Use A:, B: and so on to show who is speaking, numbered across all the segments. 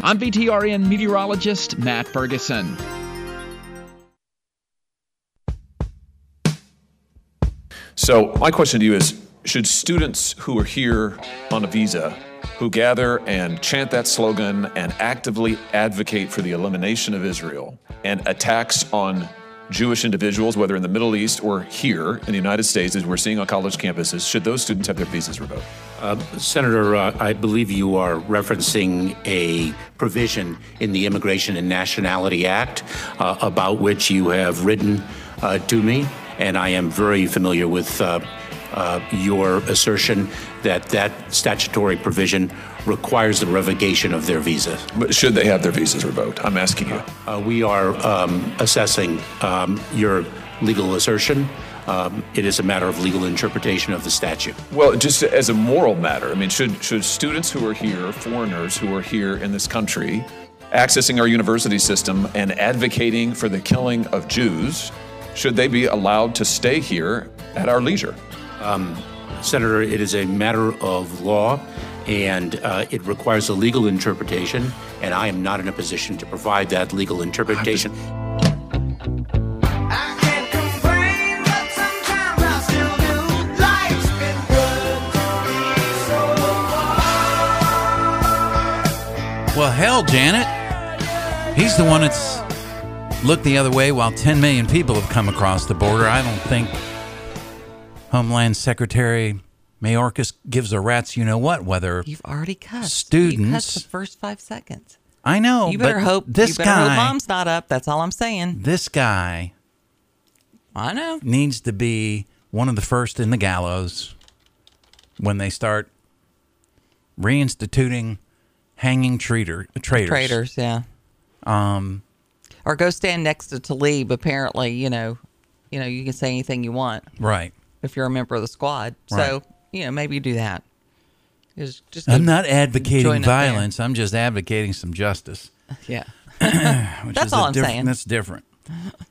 A: I'm VTRN meteorologist Matt Ferguson.
B: So, my question to you is Should students who are here on a visa, who gather and chant that slogan and actively advocate for the elimination of Israel and attacks on Jewish individuals, whether in the Middle East or here in the United States, as we're seeing on college campuses, should those students have their visas revoked?
C: Uh, Senator, uh, I believe you are referencing a provision in the Immigration and Nationality Act uh, about which you have written uh, to me, and I am very familiar with. uh, your assertion that that statutory provision requires the revocation of their visa. Uh,
B: But should they have their visas revoked? I'm asking you.
C: we are um, assessing um, your legal assertion. Um, it is a matter of legal interpretation of the statute.
B: Well, just as a moral matter, I mean, should should students who are here, foreigners who are here in this country, accessing our university system and advocating for the killing of Jews, should they be allowed to stay here at our leisure?
C: Um, Senator, it is a matter of law. And uh, it requires a legal interpretation, and I am not in a position to provide that legal interpretation.
D: Well, hell, Janet. He's the one that's looked the other way while 10 million people have come across the border. I don't think Homeland Secretary Mayorkas gives a rat's you know what whether
E: You've already cussed. You
D: Students-
E: cussed the first five seconds.
D: I know.
E: You better
D: but
E: hope
D: this
E: you better
D: guy.
E: hope mom's not up. That's all I'm saying.
D: this guy
E: I know.
D: needs to be one of the first in the gallows when they start reinstituting hanging traitor, traitors.
E: Traitors, yeah.
D: Um,
E: Or go stand next to Talib. Apparently, you know, you know, you can say anything you want
D: right.
E: if you're a member of the squad.
D: Right.
E: So you know, maybe you do that. Just, just
D: I'm
E: go-
D: not advocating
E: join up there.
D: violence. I'm just advocating some justice.
E: Yeah.
D: which
E: That's
D: is a
E: all I'm
D: diff-
E: saying.
D: That's different.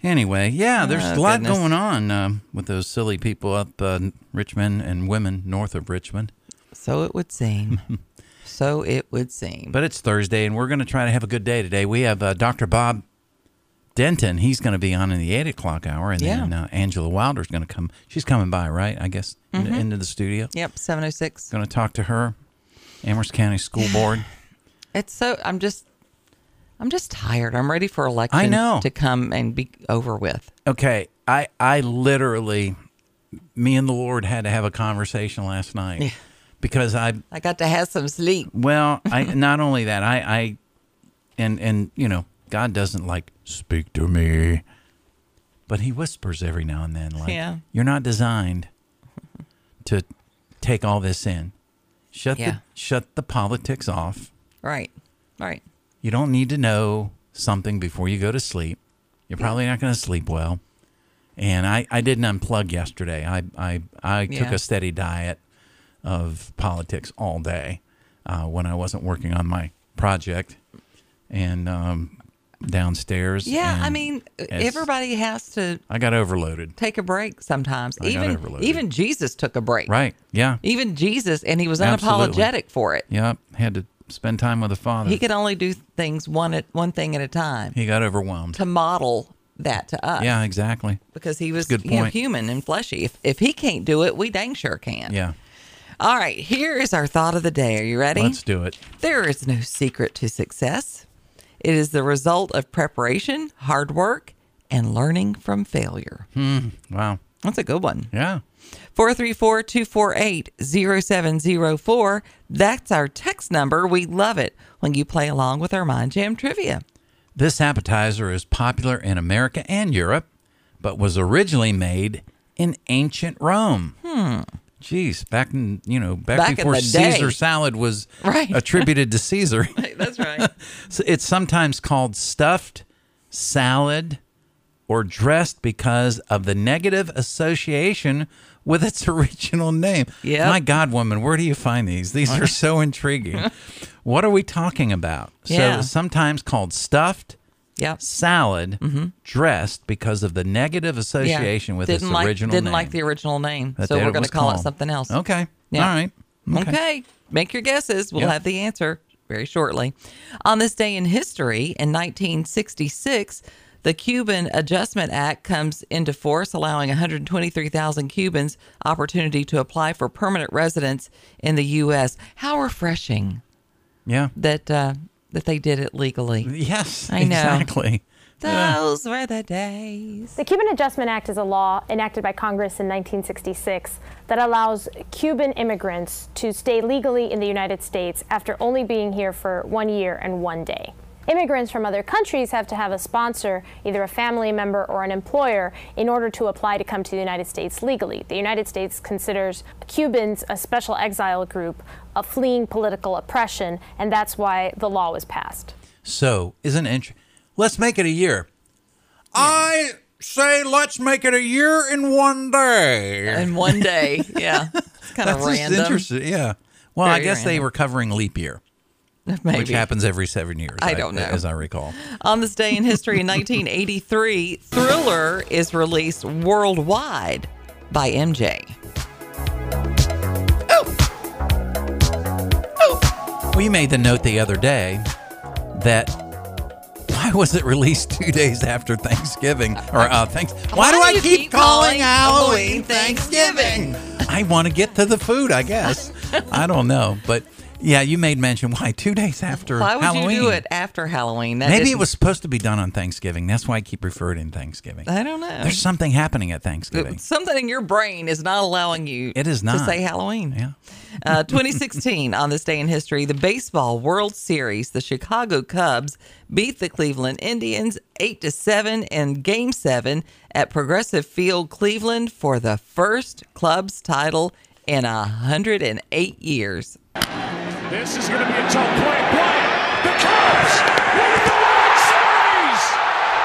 D: Anyway, yeah, there's a
E: Oh,
D: lot
E: goodness.
D: going on um, with those silly people up uh, Richmond and women north of Richmond.
E: So it would seem. so it would seem.
D: But it's Thursday, and we're going to try to have a good day today. We have uh, Dr. Bob Denton. He's going to be on in the eight o'clock hour, and then
E: Yeah.
D: uh, Angela Wilder's going to come. She's coming by, right? I guess in-
E: Mm-hmm.
D: into the studio.
E: yep, seven oh six.
D: Going to talk to her, Amherst County School Board.
E: It's so I'm just I'm just tired. I'm ready for election
D: know.
E: to come and be over with.
D: Okay, I I literally, me and the Lord had to have a conversation last night because I
E: I got to have some sleep.
D: well I not only that I I, and and you know God doesn't like speak to me, but He whispers every now and then like
E: Yeah.
D: you're not designed to take all this in. Shut
E: Yeah.
D: the shut the politics off.
E: Right. Right.
D: You don't need to know something before you go to sleep. You're probably not going to sleep well. And I, I didn't unplug yesterday. I, I, I took
E: Yeah.
D: a steady diet of politics all day uh, when I wasn't working on my project and um, downstairs.
E: Yeah, I
D: and
E: mean, e-,
D: as-
E: everybody has to
D: I got overloaded.
E: take a break sometimes.
D: got
E: even
D: overloaded.
E: even Jesus took a break.
D: Right. Yeah.
E: Even Jesus, and he was
D: Absolutely.
E: unapologetic for it.
D: Yeah. Had to spend time with the father.
E: He could only do things one at one thing at a time
D: he got overwhelmed.
E: to model that to us.
D: Yeah, exactly.
E: Because he was
D: good
E: you know,
D: point.
E: human and fleshy. If, if he can't do it, we dang sure can.
D: Yeah.
E: All right, here is our thought of the day. Are you ready?
D: Let's do it.
E: There is no secret to success. It is the result of preparation, hard work, and learning from failure. Hmm,
D: Wow.
E: That's a good one.
D: Yeah.
E: 434 248 0704. That's our text number. We love it when you play along with our Mind Jam trivia.
D: This appetizer is popular in America and Europe, but was originally made in ancient Rome. Hmm. Jeez, back in you know back,
E: Back in
D: before
E: the day.
D: Caesar salad was
E: Right.
D: attributed to Caesar.
E: That's right.
D: So it's sometimes called stuffed salad or dressed because of the negative association with its original name.
E: Yep.
D: My God, woman, where do you find these? These are so intriguing. what are we talking about?
E: Yeah.
D: So sometimes called stuffed
E: yep.
D: salad dressed because of the negative association with
E: Mm-hmm. didn't
D: its
E: like,
D: original
E: Didn't
D: name.
E: like the original name.
D: That
E: so
D: it
E: we're going
D: was
E: to call it
D: called.
E: something else.
D: Okay.
E: Yeah.
D: All right.
E: Okay. Make your guesses. We'll
D: Yep.
E: have the answer very shortly. On this day in history, in 1966, the Cuban Adjustment Act comes into force, allowing 123,000 Cubans opportunity to apply for permanent residence in the U.S. How refreshing
D: Yeah.
E: that uh, that they did it legally.
D: Yes.
E: I know.
D: Exactly.
E: Those were the days.
F: The Cuban Adjustment Act is a law enacted by Congress in 1966 that allows Cuban immigrants to stay legally in the United States after only being here for one year and one day. Immigrants from other countries have to have a sponsor, either a family member or an employer, in order to apply to come to the United States legally. The United States considers Cubans a special exile group, a fleeing political oppression, and that's why the law was passed.
D: So, isn't it? Int- let's make it a year. I say let's make it a year in one day.
E: And one day, yeah, it's kind of
D: That's just
E: random.
D: interesting. Yeah. Well, I
E: Very
D: guess they
E: random.
D: were covering leap year,
E: Maybe.
D: which happens every seven years.
E: I don't know.
D: as I recall.
E: On this day in history in 1983, Thriller is released worldwide by MJ.
D: We made the note the other day that why was it released two days after Thanksgiving or uh, thanks? Why, do
E: do
D: I
E: you
D: keep,
E: keep
D: calling
E: calling
D: Halloween
E: Halloween
D: Thanksgiving? I want to get to the food, I guess. I don't know, but yeah, you made mention why two days after
E: Why would
D: Halloween.
E: you do it after Halloween? That
D: Maybe it
E: didn't-
D: was supposed to be done on Thanksgiving. That's why I keep referring in Thanksgiving.
E: I don't know.
D: There's something happening at Thanksgiving.
E: Something in your brain is not allowing you.
D: It is
E: to
D: not.
E: say Halloween.
D: Yeah.
E: Uh, 2016, on this day in history, the baseball World Series, the Chicago Cubs beat the Cleveland Indians eight to seven in Game Seven at Progressive Field, Cleveland, for the first club's title in 108 years.
G: This is going to be a tough play. Bryant, the Cubs win the World Series.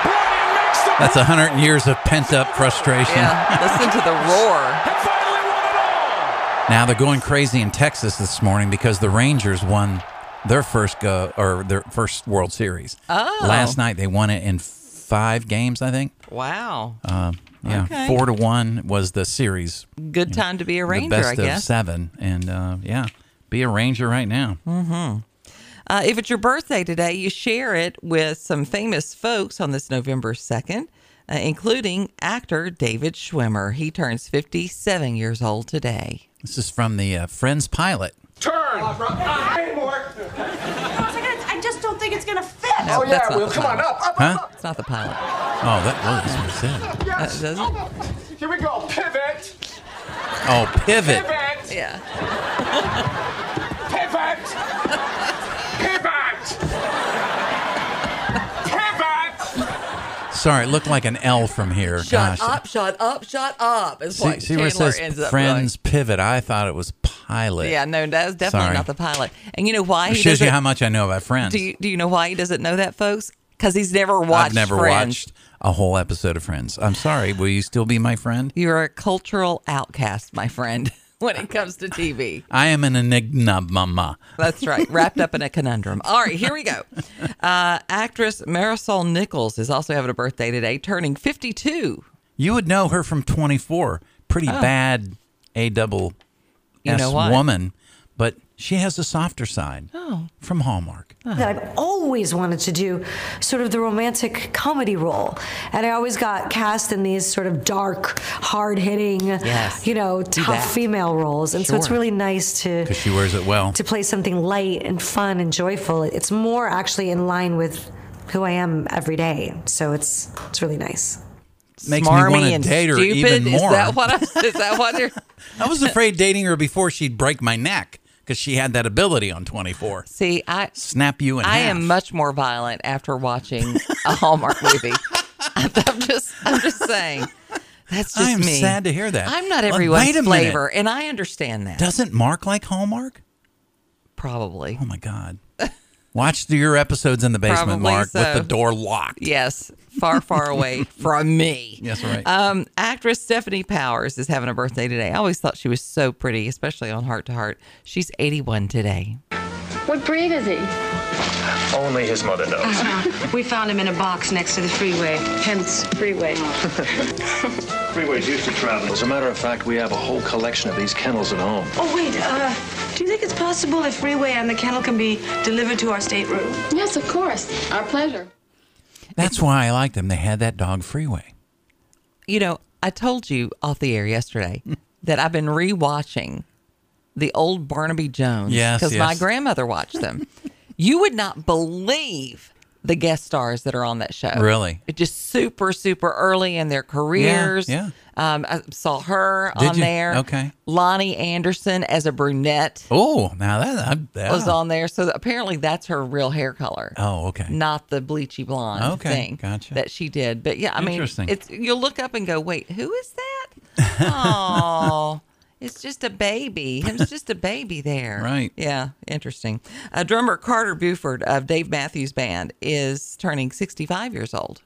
G: Bryant makes the
D: That's a hundred years of pent up frustration.
E: Yeah, listen to the roar.
G: and finally won it all.
D: Now they're going crazy in Texas this morning because the Rangers won their first go or their first World Series.
E: Oh.
D: Last night they won it in five games, I think.
E: Wow,
D: Uh, Yeah,
E: Okay.
D: four to one was the series.
E: good time to be a Ranger,
D: the best
E: I
D: of
E: guess.
D: seven, and uh, yeah, be a Ranger right now.
E: Uh, if it's your birthday today, you share it with some famous folks on this November 2nd, uh, including actor David Schwimmer. He turns 57 years old today.
D: This is from the uh, Friends pilot.
H: Uh, I just don't think it's gonna fit.
G: Oh,
E: No, that's not the pilot.
G: up, up,
D: Huh?
E: It's not the pilot.
D: Oh, that well, that's what it said.
G: Yes. Oh,
E: That doesn't-
G: Here we go. Pivot.
D: Oh, pivot.
G: Pivot.
E: yeah.
G: Pivot. Pivot. Pivot.
D: Sorry, it looked like an L from here.
E: Shut
D: Oh, Gosh.
E: up, shut up, shut up. Is
D: See,
E: what
D: see where
E: Chandler
D: it says
E: ends up
D: Friends pivot. I thought it was pilot.
E: doing. Yeah, no, that's definitely
D: Sorry.
E: not the pilot. And you know why
D: It
E: he
D: shows
E: doesn't
D: you how much I know about Friends.
E: do you, do you know why he doesn't know that, folks? Because he's never watched
D: I've never
E: Friends.
D: watched a whole episode of Friends. I'm sorry. Will you still be my friend?
E: You're a cultural outcast, my friend, when it comes to TV.
D: I am an enigma, mama.
E: That's right. Wrapped up in a conundrum. All right, here we go. Uh, actress Marisol Nichols is also having a birthday today, turning 52.
D: You would know her from 24. Pretty bad A double
E: Oh. You
D: S
E: know what?
D: woman, but she has a softer side oh. from Hallmark.
H: That I've always wanted to do sort of the romantic comedy role. And I always got cast in these sort of dark, hard hitting,
E: Yes.
H: you know,
E: Do
H: tough
E: that.
H: female roles. And so it's
E: Sure.
H: really nice to
D: Because she wears it well.
H: to play something light and fun and joyful. It's more actually in line with who I am every day. So it's it's really nice.
D: Makes me
E: Smarmy
D: wanna
E: and
D: date her
E: stupid.
D: even more.
E: Is that what? I, is that what? You're,
D: I was afraid dating her before she'd break my neck because she had that ability on 24.
E: see, I
D: Snap you in
E: I
D: half.
E: am much more violent after watching a Hallmark movie. I'm just I'm just saying. That's just
D: I am
E: me.
D: sad to hear that.
E: I'm not
D: Well,
E: everyone's
D: wait a minute.
E: flavor, and I understand that.
D: Doesn't Mark like Hallmark?
E: Probably.
D: Oh my God. Watch the- your episodes in the basement,
E: Probably
D: Mark, with
E: so.
D: the door locked.
E: Yes, far, far away from me.
D: Yes, right.
E: Um, actress Stephanie Powers is having a birthday today. I always thought she was so pretty, especially on Heart to Heart. She's 81 today.
I: What breed is he?
J: Only his mother knows.
I: We found him in a box next to the freeway, hence freeway.
J: Freeways used to travel. As a matter of fact, we have a whole collection of these kennels at home.
I: Oh, wait, uh, do you think it's possible if freeway and the kennel can be delivered to our stateroom? Yes, of course. Our pleasure.
D: That's why I like them. They had that dog freeway.
E: You know, I told you off the air yesterday that I've been rewatching the old Barnaby Jones
D: Yes,
E: because my
D: yes.
E: grandmother watched them. you would not believe the guest stars that are on that show.
D: Really?
E: It just super super early in their careers.
D: yeah.
E: Um, I saw her
D: Did
E: on
D: you?
E: there.
D: Okay.
E: Lonnie Anderson as a brunette
D: Oh, now that, I, that
E: was on there. So apparently that's her real hair color.
D: Oh, okay. Oh,
E: Not the bleachy blonde
D: Okay,
E: thing
D: gotcha.
E: that she did. But yeah, I mean,
D: Interesting.
E: it's you'll look up and go, wait, who is that? Oh, it's just a baby. It's just a baby there.
D: Right.
E: Yeah, interesting. Uh, drummer Carter Buford of Dave Matthews Band is turning 65 years old.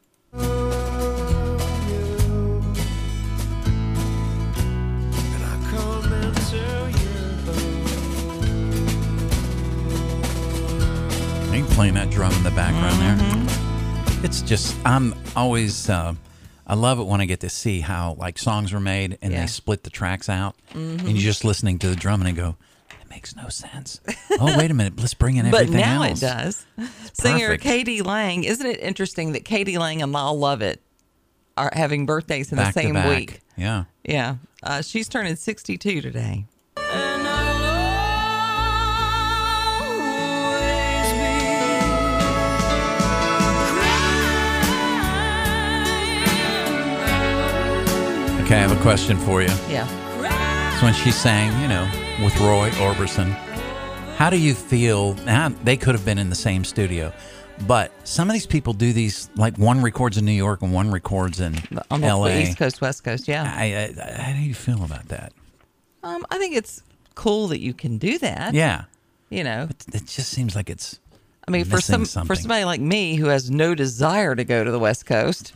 D: You can play that drum in the background
E: Mm-hmm.
D: there. It's just I'm always uh, I love it when I get to see how like songs were made and
E: Yeah.
D: they
E: Mm-hmm.
D: split the tracks out and you're just listening to the drum and I go it makes no sense. oh wait a minute, let's bring in
E: But
D: everything
E: now
D: else.
E: it does. Singer
D: perfect.
E: Katie Lang, isn't it interesting that Katie Lang and Lyle Lovett are having birthdays in
D: back
E: the same
D: to back.
E: week?
D: Yeah.
E: Yeah. Uh, she's turning 62 today.
D: Okay, I have a question for you.
E: Yeah.
D: It's when she sang, you know, with Roy Orbison. How do you feel? Now, they could have been in the same studio, but some of these people do these like one records in New York and one records in
E: Uh, On the
D: L.A.
E: East Coast, West Coast. Yeah.
D: I, I, I- how do you feel about that?
E: Um, I think it's cool that you can do that.
D: Yeah,
E: You know,
D: it just seems like it's.
E: I mean, for some
D: missing
E: for
D: something.
E: somebody like me who has no desire to go to the West Coast,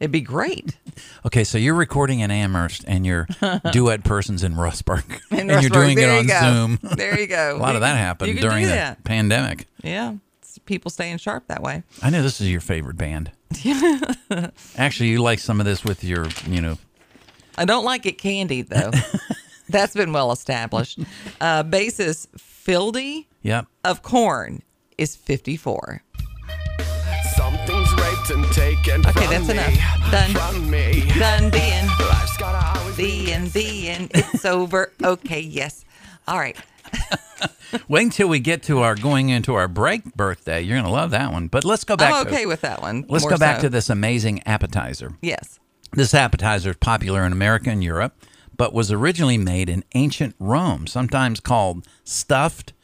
E: it'd be great.
D: Okay, so you're recording in Amherst and your duet person's in Rustburg.
E: In
D: and you're
E: Rustburg,
D: doing it
E: there you
D: on
E: go.
D: Zoom.
E: There you go.
D: A lot
E: You
D: of that
E: can- you
D: happened
E: can
D: during
E: do
D: the
E: that.
D: pandemic.
E: Yeah, it's people staying sharp that way.
D: I know this is your favorite band. Actually, you like some of this with your, you know,
E: I don't like it candied though. That's been well established. Uh, bassist Fildy
D: yep.
E: of Corn is 54.
K: Something's raped and taken
E: Okay,
K: from
E: that's
K: me.
E: enough. Done.
K: From me.
E: Done being.
K: Life's gotta always be
E: The and the and it's over. Okay, yes. All right.
D: Wait until we get to our going into our break birthday. You're going to love that one. But let's go back
E: I'm
D: to
E: Oh, okay with that one.
D: Let's
E: more
D: go back
E: so.
D: to this amazing appetizer.
E: Yes.
D: This appetizer is popular in America and Europe, but was originally made in ancient Rome, sometimes called stuffed.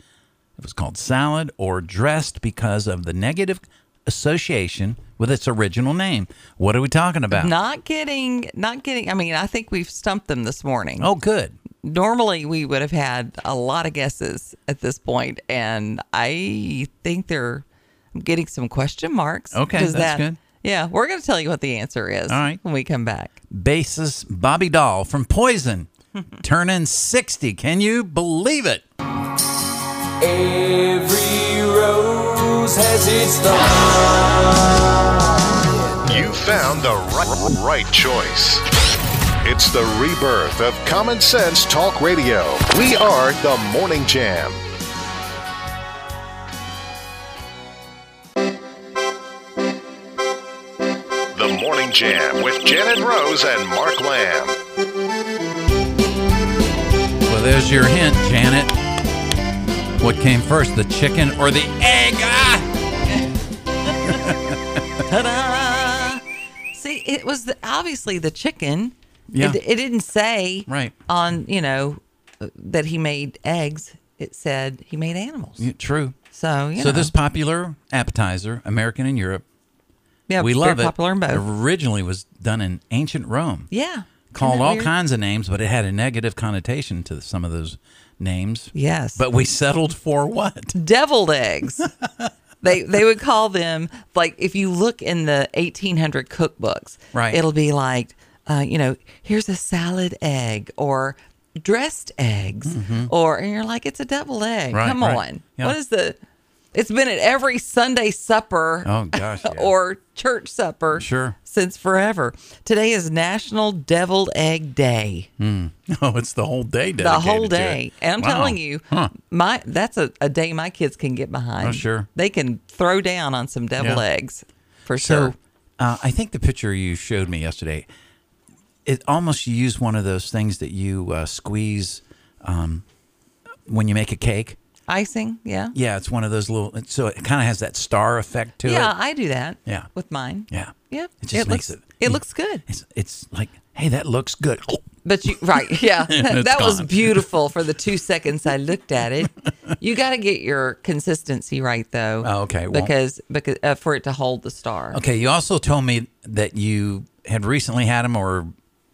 D: It was called salad or dressed because of the negative association with its original name. What are we talking about?
E: Not getting, not getting. I mean, I think we've stumped them this morning.
D: Oh, good.
E: Normally, we would have had a lot of guesses at this point, and I think they're I'm getting some question marks.
D: Okay,
E: 'cause
D: that's good.
E: Yeah, we're going to tell you what the answer is.
D: All right.
E: when we come back.
D: Bassist Bobby Dahl from Poison turning 60. Can you believe it?
G: Every rose has its
L: You found the right, right choice. It's the rebirth of Common Sense Talk Radio. We are the Morning Jam. The Morning Jam with Janet Rose and Mark Lamb.
D: Well, there's your hint, Janet. What came first, the chicken or the egg? Ah!
E: Ta-da! See, it was the, obviously the chicken.
D: Yeah.
E: It, it didn't say
D: Right.
E: on you know that he made eggs. It said he made animals.
D: Yeah, true.
E: So you
D: So
E: know.
D: this popular appetizer, American and Europe,
E: yeah,
D: we
E: very
D: love it.
E: popular in both.
D: Originally was done in ancient Rome.
E: Yeah.
D: Called
E: Isn't that
D: all
E: weird?
D: kinds of names, but it had a negative connotation to some of those names.
E: Yes.
D: But we settled for what?
E: deviled eggs. they they would call them like if you look in the 1800 cookbooks,
D: Right.
E: It'll be like, uh, you know, here's a salad egg or dressed eggs, or and you're like, it's a double egg.
D: Mm-hmm. Right,
E: Come
D: right.
E: on,
D: Yeah.
E: what is the? It's been at every Sunday supper.
D: Oh, gosh, yeah.
E: or church supper.
D: Sure.
E: Since forever. Today is National Deviled Egg Day.
D: Hmm. No, it's the whole day.
E: The whole
D: dedicated to it.
E: day. And I'm
D: Wow.
E: telling you,
D: Huh.
E: my that's a, a day my kids can get behind.
D: Oh, sure.
E: They can throw down on some devil
D: Yeah.
E: eggs for
D: so,
E: sure.
D: Uh, I think the picture you showed me yesterday, it almost you use one of those things that you uh, squeeze um, when you make a cake.
E: Icing, yeah.
D: Yeah, it's one of those little. So it kind of has that star effect to
E: yeah,
D: it.
E: I do that.
D: Yeah.
E: With mine.
D: Yeah.
E: Yeah.
D: It just makes
E: looks,
D: it-
E: it looks good.
D: It's, it's like, hey, that looks good.
E: But you right, yeah.
D: It's
E: that was
D: gone.
E: beautiful for the two seconds I looked at it. You got to get your consistency right though.
D: Oh, okay. Well-
E: Because because uh, for it to hold the star.
D: Okay, you also told me that you had recently had them or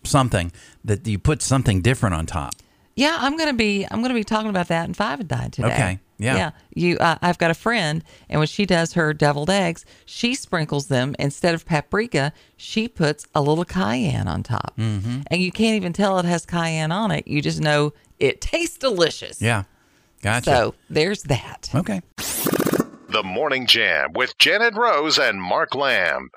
D: something that you put something different on top.
E: Yeah, I'm gonna be I'm gonna be talking about that in five and dine today.
D: Okay, yeah.
E: Yeah. You, uh, I've got a friend, and when she does her deviled eggs, she sprinkles them instead of paprika. She puts a little cayenne on top, mm-hmm. and you can't even tell it has cayenne on it. You just know it tastes delicious.
D: Yeah. Gotcha.
E: So there's that.
D: Okay.
L: The Morning Jam with Janet Rose and Mark Lamb.